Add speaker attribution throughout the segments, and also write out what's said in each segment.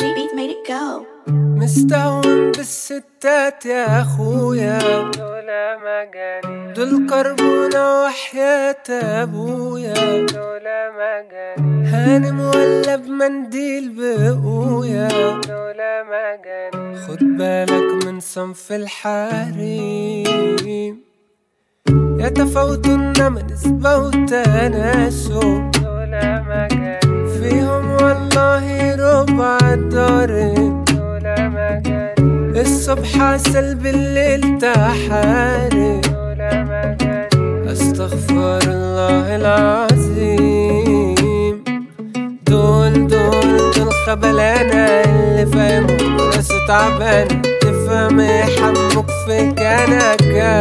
Speaker 1: Beats made it go.
Speaker 2: مستعون بالستات يا اخويا
Speaker 3: لولا مجاني
Speaker 2: دول كربونة وحياة ابويا
Speaker 3: لولا مجاني
Speaker 2: هانم ولا بمنديل بقويا
Speaker 3: لولا مجاني
Speaker 2: خد بالك من صنف الحريم يتفاوتون من نسبة وتناسب
Speaker 3: لولا مجاني
Speaker 2: فيهم والله ربع الضارب
Speaker 3: لولا مجاني
Speaker 2: الصبح عسل بالليل تحارب
Speaker 3: لولا مجاني
Speaker 2: استغفر الله العظيم دول دول دول خبلانة اللي فاهمهم راسه تعبانة تفهم ايه حمك في كنكة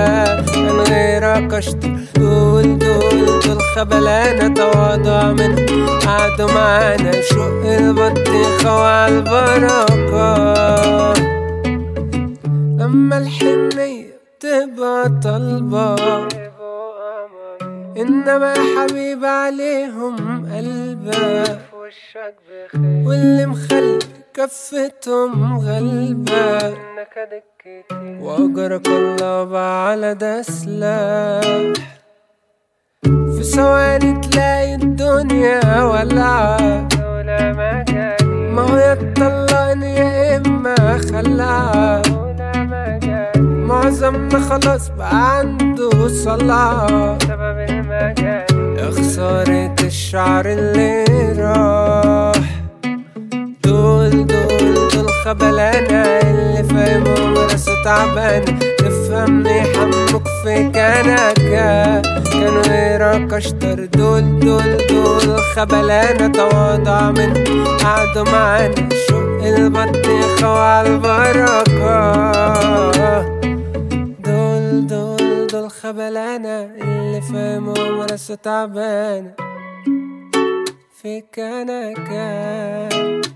Speaker 2: من غيرك اشطر دول دول دول خبلانة تواضع منهم قعدوا معانا شق البطيخة وعالبركة لما الحنية تبقى طالبة
Speaker 3: يبقوا أمامي
Speaker 2: انما يا حبيب عليهم قلبك
Speaker 3: في وشك بخير
Speaker 2: واللي مخلي كفتهم غلبة
Speaker 3: نكدك كتير
Speaker 2: واجرك الله بقى على ده سلاح في ثواني تلاقي الدنيا ولعة
Speaker 3: لولا مجاني
Speaker 2: ما هو يا تطلقني يا اما خلعة
Speaker 3: لولا مجاني
Speaker 2: معظمنا خلاص بقى عنده صلعة
Speaker 3: سبب المجاني
Speaker 2: خسارة الشعر اللي راح دول دول دول خبلانة اللي فاهمهم راسه تعبانة تفهمني حمك في كنكة كانوا غيرك اشطر دول دول دول خبلانة تواضع منهم قعدوا معانا شق البطيخة وعالبركة دول دول دول خبلانة اللي فاهمهم راسه تعبانة في كنكة